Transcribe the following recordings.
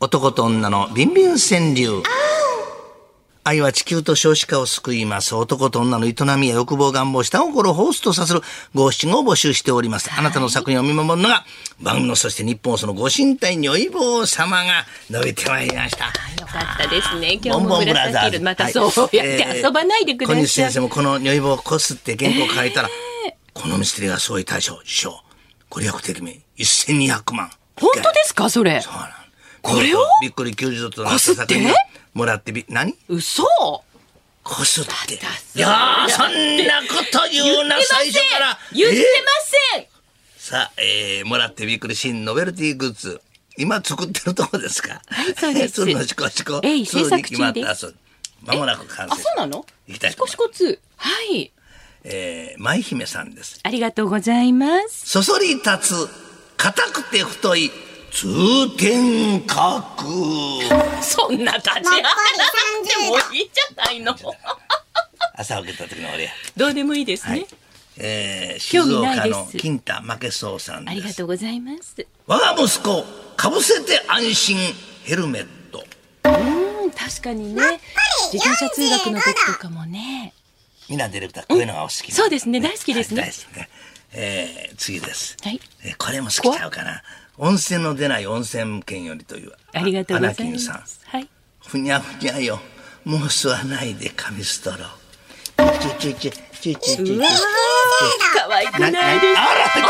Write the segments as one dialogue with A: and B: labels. A: 男と女のビンビン川柳。愛は地球と少子化を救います。男と女の営みや欲望願望した心をホースとさせる五七五を募集しております。あなたの作品を見守るのが番組のそして日本をそのご神体如意棒様が述べてまいりました。
B: よかったですね。今
A: ボ
B: 日も
A: ンボンブラ
B: 紫
A: ザーズ。
B: 色、またそうやって遊ばないでくだ
A: はいえー小西
B: さい。
A: 先生もこの如意棒をこすって原稿を書いたら、このミステリーが総位大賞受賞。ご利益的名1200万。
B: 本当ですかそれ。
A: そうなん
B: これを
A: びっくり90度となった
B: こすって
A: 作品がもらってび、何
B: 嘘
A: こすって。
B: だって
A: いやー、そんなこと言うな、
B: 言ってま
A: 最
B: せん
A: 初から。
B: 言って
A: え
B: ません
A: さあ、えー、もらってびっくり新ノベルティグッズ。今作ってるとこ ですかはい
B: そうです
A: のシコシコ。
B: えい
A: ツーに
B: 制作
A: 決まっ
B: 中です
A: たそうまもなく完成。
B: あ、そうなの
A: 行きたい
B: シ
A: と
B: コ
A: 思い
B: シ
A: ます。
B: コ2。はい。
A: えー、舞姫さんです。
B: ありがとうございます。
A: そそり立つ、硬くて太い、通天 閣。
B: そんな感じ。
C: 残り
B: で
C: 30
B: も
C: 度
B: いいじゃ ないの。
A: 朝受けた時の俺や。
B: どうでもいいですね。
A: はい。えー、静
B: 興味ない
A: 岡
B: です
A: の金太負けそうさんです。
B: ありがとうございます。
A: 我が息子かぶせて安心ヘルメット
B: うん、確かにね。自転車通学の時とかもね。
A: 皆ディレクターこういうのがお好きなん
B: そうですね大好きですね
A: はい大好きねえー次です、
B: はい
A: えーこれも好きちゃうかな温泉の出ない温泉県よりという
B: ありがとうござい
A: 花金
B: ま
A: さん
B: す。はい。
A: ふにゃふにゃよもう吸わないで紙ストローちゅちゅちゅちゅちゅちゅちゅ
B: うわ可愛くな
A: ないなあ
B: です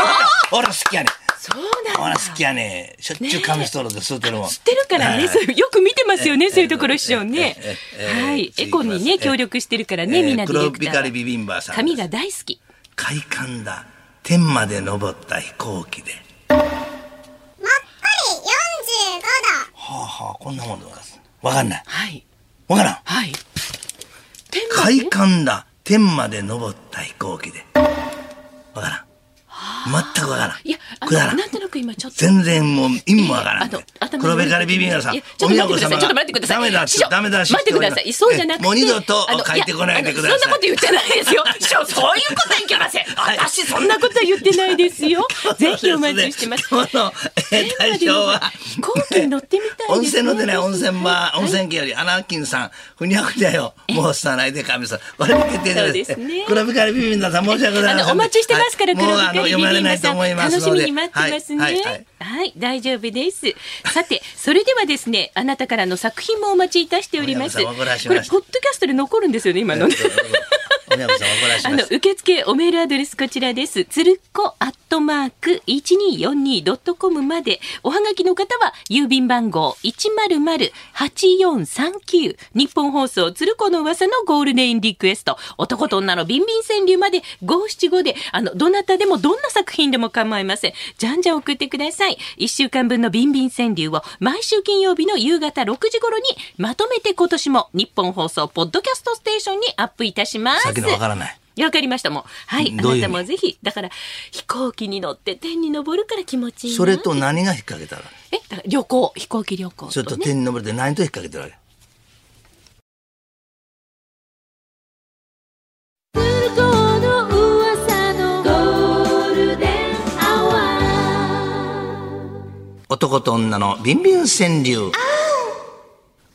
A: ら俺好きやね
B: そうなん
A: 俺
B: だ。
A: 好きやねしょっちゅう紙ストローで吸うてるもん
B: 知ってるから
A: は
B: ね、
A: い
B: そういうよく見てますよ
A: え
B: ね、
A: え
B: そういうところ師匠ね
A: えええ。え
B: はい、
A: 次
B: エ
A: いきま
B: コ
A: す
B: にね、協力してるからね、みんなディレ
A: 黒
B: クタ
A: ビ
B: ー
A: カリビビンバーさんで
B: 髪
A: す
B: が大好き。
A: 快感だ天まで登った飛行機で
C: もっこり45度。
A: はあはあこんなもんでございますわかんない
B: はい。
A: わからん
B: はい。天まで
A: 快感だ天まで登った飛行機でわからん全くわからん
B: いや、あ
A: くだら
B: の、
A: ん
B: なんとなく今ちょっと。
A: 全然もう意味もわからん
B: いやいやあと頭
A: 黒べからビビンバーさん
B: いやちょっと待ってください。
A: お
B: ちょっ
A: 都
B: と待ってください。
A: ダメだ
B: 師匠
A: ダメだ
B: 待ってください。そうじゃなくて。
A: もう二度と
B: あの
A: 書いてこないでくだ
B: や
A: さ
B: あのそんなこと
A: い
B: 言ってないです よ。師匠、そういうこといけません。
A: はい
B: 私、そんなこと言ってないです よ。ぜひお待ちしてます。
A: 今日のえー対象は
B: 飛行機に乗ってみたい
A: 温
B: ですね
A: 泉の出ない温泉は温泉家よりアナーキンさんふにゃふにゃよもう吸わないで神様これ決定
B: そう
A: で
B: ですすね
A: 黒光ビビンバさん申し訳ございません
B: あのお待ちしてますから、
A: はい
B: 黒
A: もう
B: 部
A: あ
B: 光
A: の読
B: ビ
A: まれ
B: ビンバ
A: ないと
B: さん
A: 思います
B: 楽
A: ので
B: しみに待ってますね。
A: は
B: はいい、
A: はいはい
B: 大丈夫です。さて、それではですね、あなたからの作品もお待ちいたしております。
A: お
B: こ
A: 山さんお怒らせ
B: れ
A: ま
B: ポッド
A: した
B: キャストで残るんですよね、今のね。
A: お宮子さん怒らし
B: あ
A: ま
B: の
A: す
B: 受付おメールアドレスこちらです。つるっこアットマーク一二四二ドットコムまで。おはがきの方は郵便番号一0 0八四三九。日本放送つるこの噂のゴールデンリクエスト。男と女のビンビン川柳まで五七五で、あのどなたでもどんな作品でも構いません。じゃんじゃん送ってください。一週間分のビンビン川柳を毎週金曜日の夕方六時頃にまとめて今年も日本放送ポッドキャストステーションにアップいたします。
A: さっきのわからない
B: わかりましたもうはい
A: どういう意味
B: あなたもぜひだから飛行機に乗って天に登るから気持ちいいな
A: それと何が引っ掛けたら
B: えだから旅行飛行機旅行
A: それ
B: と
A: と
B: ね
A: 天に登れて何と引っ掛けてるわけ男と女のビンビン川柳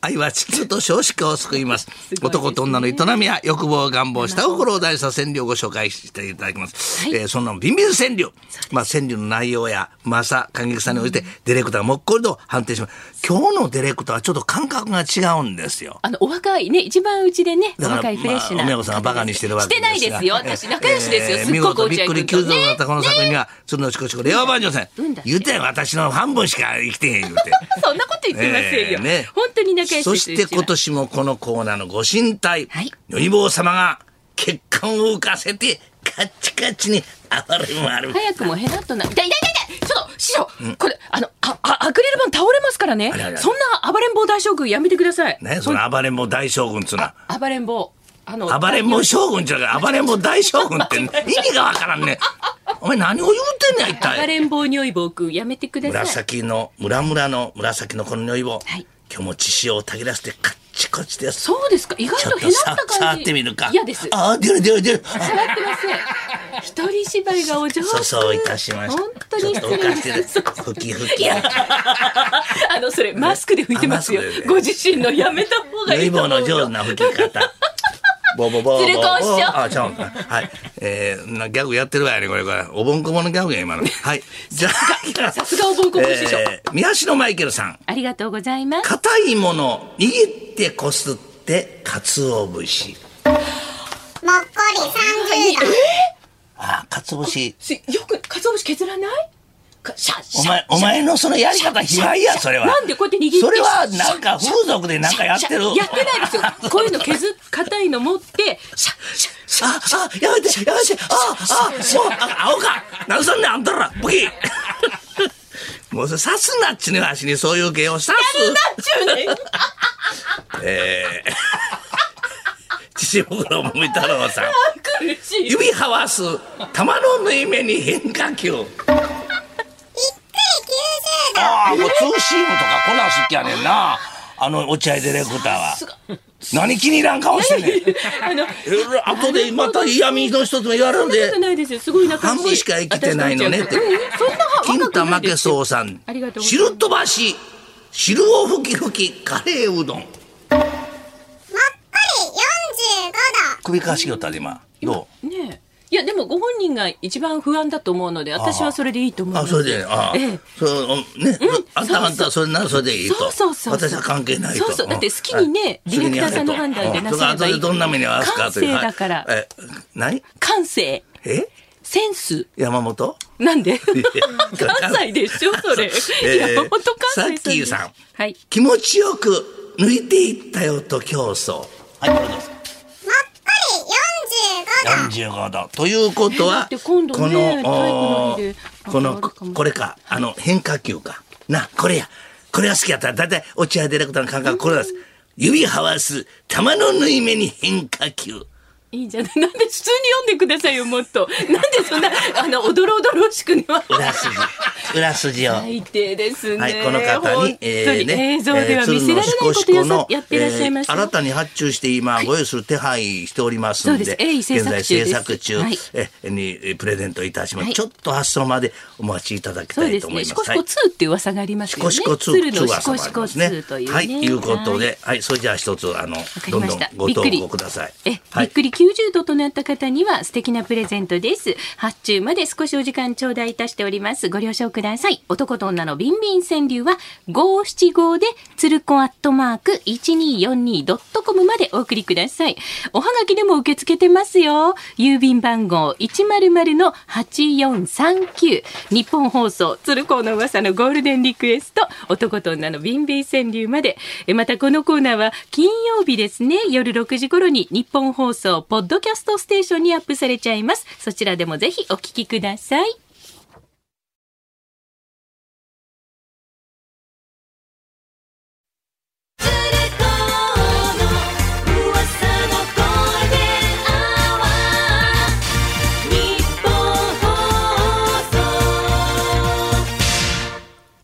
A: 愛は地球と少子化を救います
B: ごいですね
A: 男と女の営みや欲望願望した心を大した川柳をご紹介していただきます、
B: はい
A: えーそんなのビンビン川柳まあ川柳の内容やマサ感激さに応じてディレクターがもっこりと判定します今日のディレクターはちょっと感覚が違うんですよ
B: あのお若いね一番うちでねお
A: だから、
B: 若いフレッシュな、
A: まあ、お子さんがバカにしてるわけ
B: してないですよ
A: が
B: 私仲良しですよ、
A: えー
B: すっ
A: 見
B: ごく
A: 事
B: お
A: びっ
B: 茶
A: くり
B: 行く
A: 急増だったこの作品には、そのちこちこ令和版女性
B: うんだって
A: 言うてん私の半分しか生きてへん言うて
B: そんなこと言ってませんよ、
A: えーね
B: 本当に仲良しです
A: そして今
B: うちは
A: 年もこのコーナーのご神体
B: はい
A: 如意棒様が血管を浮かせてカッチカチに暴れ回る
B: 早くもヘナッとな痛い痛い痛い痛いちょっと師匠、これあのああアクリル板倒れますからね
A: あれあれあれ
B: そんな暴れん坊大将軍やめてください
A: ねその暴れん坊大将軍っつうのは
B: 暴れん坊あの
A: 暴れん坊将軍じゃなくて暴れん坊大将軍って 意味がわからんねお前何を言うてんねん一体
B: 暴れん坊におい坊くんやめてください。
A: 紫の村々の紫のこの如意棒、
B: はい
A: 今日も血潮をたぎらせてカッチコチです
B: そうですか。意外
A: ちょ
B: と
A: っ
B: へなっ
A: と
B: た
A: さ
B: 感じ。
A: 触ってみるか
B: 嫌です。触
A: ああ出る出る出る
B: ってません。一人芝居がお上手。
A: そうそういたしました。
B: 本当に
A: ちょっと浮かしてる。
B: 失礼
A: ふきふき。
B: あの、それ、マスクで拭いてますよ
A: あマスクで。ね
B: ご自身のやめた方が
A: 縫
B: い
A: い
B: いと思
A: 棒
B: うよ。
A: の上手な吹き 方。ボボボボボ
B: 鶴子師匠
A: あ、ちゃうんか。はい。えー、なギャグやってるわよね、これから。おぼんこぼのギャグや、今の。はい。じゃあ、
B: さすがお ぼんこぼ師匠
A: えー宮代マイケルさん。
B: ありがとうございます。
A: 硬いもの、握ってこすって、かつお節。
C: もっこり30度。
A: あ、かつお節。
B: しよく、かつお節削らないかシャッシャ
A: お
B: ッ
A: 前、お前のそのやり方、卑猥や、それは。
B: なんでこうやって握って
A: それは、なんか、風俗でなんかやってる。
B: やってないですよ。こういうの削っ、硬いの持って、シャッシャッ
A: あ、あ、やめて、やめて、あ、あ、もう、あ、青か、何すんねん、あんたら、ブキ。もうそれ刺すなっちねわしにそういう芸を刺す。
B: 10年
A: ええー。父袋もみ太郎さん。
B: 苦しい。
A: 指はわす、玉の縫い目に変化球。
C: びっくり90度。
A: ああ、もうツーシームとかこんなん好きやねんな。あの落合ディレクターは。何気に入らん顔してんねん。
B: あの、
A: いろいろ後でまた嫌味の一つも言われる
B: そんなこと
A: で。
B: ないですよ。すごい仲良
A: 半分しか生きてないのねって
B: 私たちはうんそんな若くない
A: 金
B: ですよ
A: 玉負けそうさん
B: ありがとうござい。ます
A: 汁飛ばし、汁を吹き吹き、カレーうどん。
C: もっこり45度。
A: 首かしげよったで今。ど
B: ねえいやでもご本人が一番不安だと思うので私はそれでいいと思い
A: う
B: ま
A: あ、
B: す
A: それで、ああ
B: ええ、
A: そう、ね、あんたあんたそれならそれでいいと。
B: そうそうそうそう
A: 私は関係ないと。
B: そうそうだって好き
A: うん
B: にね
A: はい
B: ディレクターさんの判断でなさればいい
A: うんそれから後でどんな目に合わすかという。
B: 感性だから
A: はいえ、何
B: 感性
A: え
B: センス
A: 山本
B: なんで
A: や
B: 関西でしょそれ、
A: えー
B: いや本当関西
A: さっきーさん
B: はい
A: 気持ちよく抜いていったよと競争。はい、これです。
C: もっこり45度。
A: 45度。ということ
B: えだ
A: は、
B: って今度ね体育
A: こ
B: の
A: の、お
B: 日で
A: ーこ
B: あ
A: の、
B: のあるかも
A: ここれか、あの、変化球か。な、これや。これが好きやったら、だいたい落合ディレクターの感覚、これです。指はわす、玉の縫い目に変化球。
B: いいじゃないなんで普通に読んでくださいよもっとなんでそんなあのおどろおどろしくねは
A: 裏筋。裏筋を。
B: 最低ですね、
A: はい、この方に、
B: 本当に映像では見せられないことや
A: 鶴
B: さ
A: の四股の
B: やってらっしゃいます
A: えー新たに発注して今、ご用意する手配しておりますんで、
B: そうです鋭意制
A: 現
B: 作
A: 在
B: 中で
A: 制
B: す
A: 作中、
B: はい
A: えにえプレゼントいたします、
B: はい
A: ちょっと発送までお待ちいただき
B: そ
A: た
B: う
A: い
B: で
A: と
B: す
A: 思い
B: ね。
A: ます。
B: シコシコ2っていう噂がありますよ
A: コ
B: ね。
A: シコツ
B: 鶴
A: ー
B: の
A: は
B: シコ
A: そう
B: シ
A: あり
B: コ
A: ます
B: 2という
A: ね。
B: ね。
A: はい、いうこと
B: はい。
A: で、はい、それじゃあ一つあの
B: わかり
A: どん
B: ま
A: ど
B: し
A: ん
B: た。
A: ご
B: びっ
A: 投
B: くり
A: 稿ください。
B: え、
A: は
B: びっくり90度となった方には素敵なプレゼントです。発注まで少しお時間頂戴いたしております。ご了承ください。男と女のビンビン川柳は575で、つるこアットマーク 1242.com までお送りください。おはがきでも受け付けてますよ。郵便番号100-8439。日本放送、鶴光の噂のゴールデンリクエスト、男と女のビンビン川柳まで。えまたこのコーナーは金曜日ですね、夜6時頃に日本放送、ポッドキャストステーションにアップされちゃいます。そちらでもぜひお聞きください。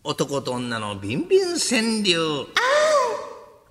A: 男と女のビンビン川柳。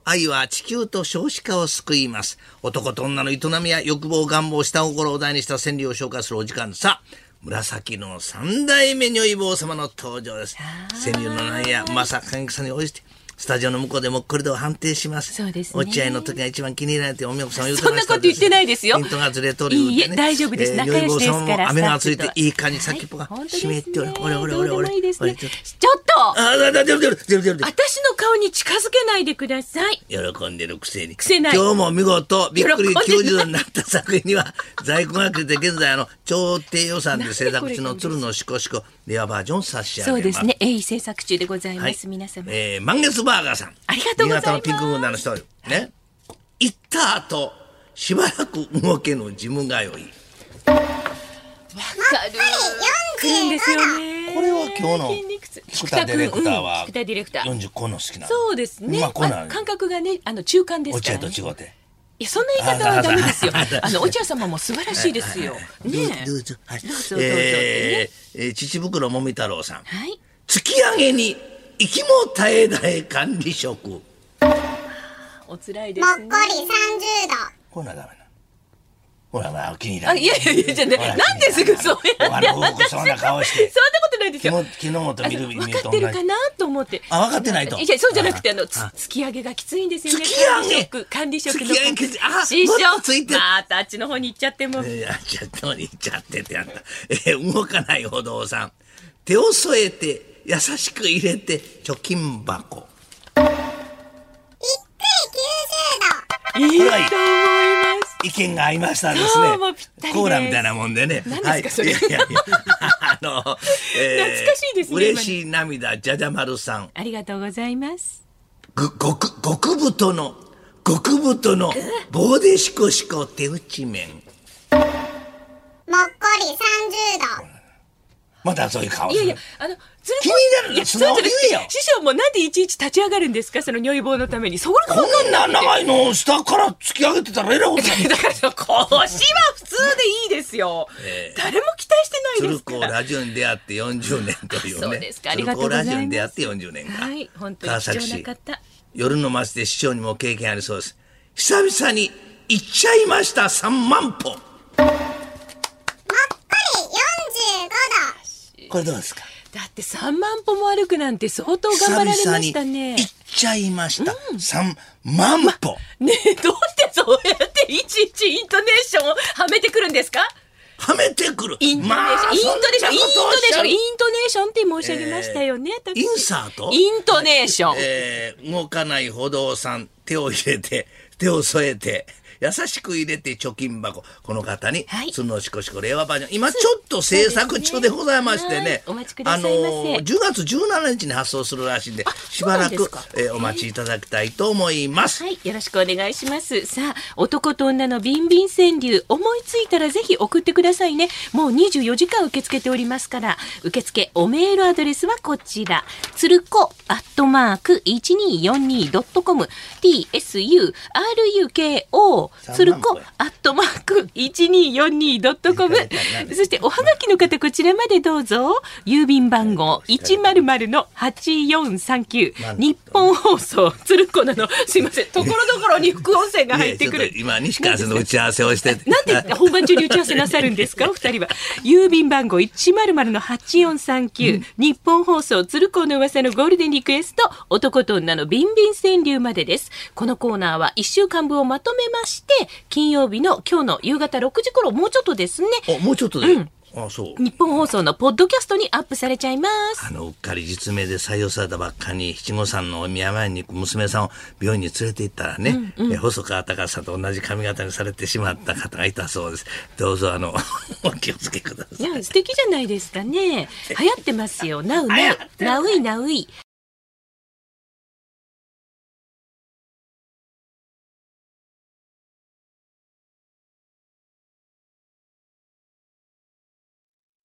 A: 愛は地球と少子化を救います。男と女の営みや欲望、願望、下心を題にした川柳を紹介するお時間さあ。紫の三代目女医坊様の登場です。川柳の内やまさかんさんに応じて、スタジオの向こうでもっこりと判定します。
B: そうですね
A: 落合の時が一番気に入られておみおこさんを言う
B: そんなこと言ってないですよ
A: ピントがずれとる言うてね
B: いいえ大丈夫です仲良しですから
A: 如意棒様も雨がついて
B: スタッフと
A: いい感じ先っぽが
B: 本当
A: 湿っておる。
B: ですね
A: おれおれおれ
B: ど
A: お
B: う
A: れ
B: でもいいです
A: お
B: ね
A: れちょっと
B: ちょっと
A: あ、だ、だ、出る出る出る出る出る。
B: 私の顔に近づけないでください。
A: 喜んでるくせに。
B: せない
A: 今日も見事、びっくり
B: 喜んで
A: 90
B: な
A: 度
B: い
A: になった作品には、在庫が切れて現在、あの、超低予算で制作中の鶴のしこしこ、レアバージョンを差し上げ
B: そ
A: ます。
B: うですね。鋭意制作中でござい
A: は
B: ま
A: い
B: す。皆様。
A: えー満月バーガーさん。
B: ありがとうございます
A: 新潟のピンク軍団の人、ね。行った後、しばらく動けぬジム通い。
B: 来るんですよね。
A: これは今日の
B: 筋肉痛
A: 菊田ディレクターは、
B: 菊田ディレクター。
A: 40個の好きな。
B: そうですね。
A: まあ、こうな
B: あ
A: ん
B: 感覚がね、あの中間です
A: 落
B: から、
A: 合と
B: ね。
A: 違うて。
B: いや、そんな言い方はダメですよ
A: あそうそう。
B: あの落合様も素晴らしいですよ。ねえ。
A: どうぞ、はい。
B: どうぞどうぞ
A: えーえー、乳袋もみ太郎さん。
B: はい。
A: 突き上げに、息も絶え絶え管理職。
B: お辛いで
C: もっ
B: す
C: こ
B: ね。
C: り30度。
A: こんなんダメな。ほらほら、お気に入り
B: あ、いやいやいや、じゃあね、
A: ほら
B: なんですぐそうや
A: あ
B: って
A: の不服そうな顔して
B: そんなことないですよ。
A: 昨日昨日と見る
B: あ
A: 見
B: の
A: ると
B: 分かってるかなと思って。
A: あ分かってないと
B: いや、そうじゃなくて、あの、つ
A: あ
B: 突き上げがきついんですよね。
A: 突き上げ
B: 管理職管理職の。
A: 突き上げあ
B: 師匠
A: もっとついてる
B: またあっちの方に行っちゃっても。
A: いやちょっと行っちゃってってやった、えー動かない歩道さん手を添えて優しく入れて貯金箱
B: いいと思い
A: はい
B: ます。
A: 意見が合いましたですね
B: そうもうぴったりです
A: コーラみたいなもんでね
B: 何ですか
A: はい、
B: それ
A: いやいやいやあ の、
B: 懐かしいですね
A: 嬉しい涙じゃじゃ丸さん
B: ありがとうございます。
A: ぐ極極太の極太の棒でしこしこ手打ち麺
C: もっこり30度。
A: またそういう顔
B: い
A: す
B: や
A: る
B: いや、あの、ずる
A: 気にな
B: い
A: る
B: や
A: の
B: そ
A: 素
B: うじゃ
A: 直
B: なく
A: に
B: て
A: 言えよ
B: 師匠もなんでいちいち立ち上がるんですかその如意棒のために。そこら
A: こんな長いのを下から突き上げてたらえらいことにな る
B: だからその腰は普通でいいですよ。
A: ええ
B: 誰も期待してないで
A: 鶴
B: すか
A: 光
B: ら。
A: ラジオに出会って40年というね。
B: あそうですかありがとうございます
A: 鶴光ラジオに出会って40年か。
B: はい本当に
A: 川崎
B: 貴重
A: 市
B: な方。
A: 夜の街で市長にも経験ありそうです。久々に行っちゃいました3万歩。
C: もっこり45度。
A: これどうですか
B: だって3万歩も歩くなんて相当頑張られま
A: 久々に
B: したね
A: 行。っちゃいました3万歩。
B: ねえ、どうしてそうやっていちいちイントネーションをはめてくるんですか
A: はめてくる。
B: イントネ
A: ま
B: ー
A: あ
B: ション、イントネーション、イン
A: そんなことをおっし
B: トネーショ
A: ゃ
B: ン、
A: る
B: イントネーションって申し上げましたよね。私
A: インサート
B: イントネーション。
A: えー動かない歩道さん手を入れて 手を添えて優しく入れて貯金箱この方に
B: はい
A: 「つのしこしこ令和バージョン」今ちょっと制作中でございましてね
B: そうですねはいお待ちくださいませ
A: ー10月17日に発送するらしいんでしばら
B: そう
A: く
B: なんですか
A: えーお待ちいただきたいと思います。
B: はい、よろしくお願いします。さあ、男と女のビンビン川柳、思いついたらぜひ送ってくださいね。もう24時間受け付けておりますから、受付、おメールアドレスはこちら、つるこ、アットマーク、1242.com、tsu, ruko, つるこ、アットマーク、1242.com
A: いただいたら。何
B: そしておはがきの方こちらまでどうぞ。郵便番号100の8439。日本放送鶴子な の。すいません。ところどころに副音声が入ってく
A: いやち
B: る
A: ょっと。今西川さんの打ち合わせをしてて
B: なんで本番中に打ち合わせなさるんですか、お二人は。郵便番号100の8439、日本放送鶴光の噂のゴールデンリクエスト、男と女のビンビン川柳までです。このコーナーは1週間分をまとめまして、金曜日の今日の夕方6時頃、もうちょっとですね、
A: おもうちょっとで、あそう
B: 日本放送のポッドキャストにアップされちゃいます。
A: あの、うっかり実名で採用されたばっかに、七五三のお宮前に娘さんを病院に連れて行ったらね、え細川隆さんと同じ髪型にされてしまった方がいたそうです。どうぞ、あの、 お気をつけください
B: い。や、素敵じゃないですかね。流行ってますよ。なうなう。なういなうい。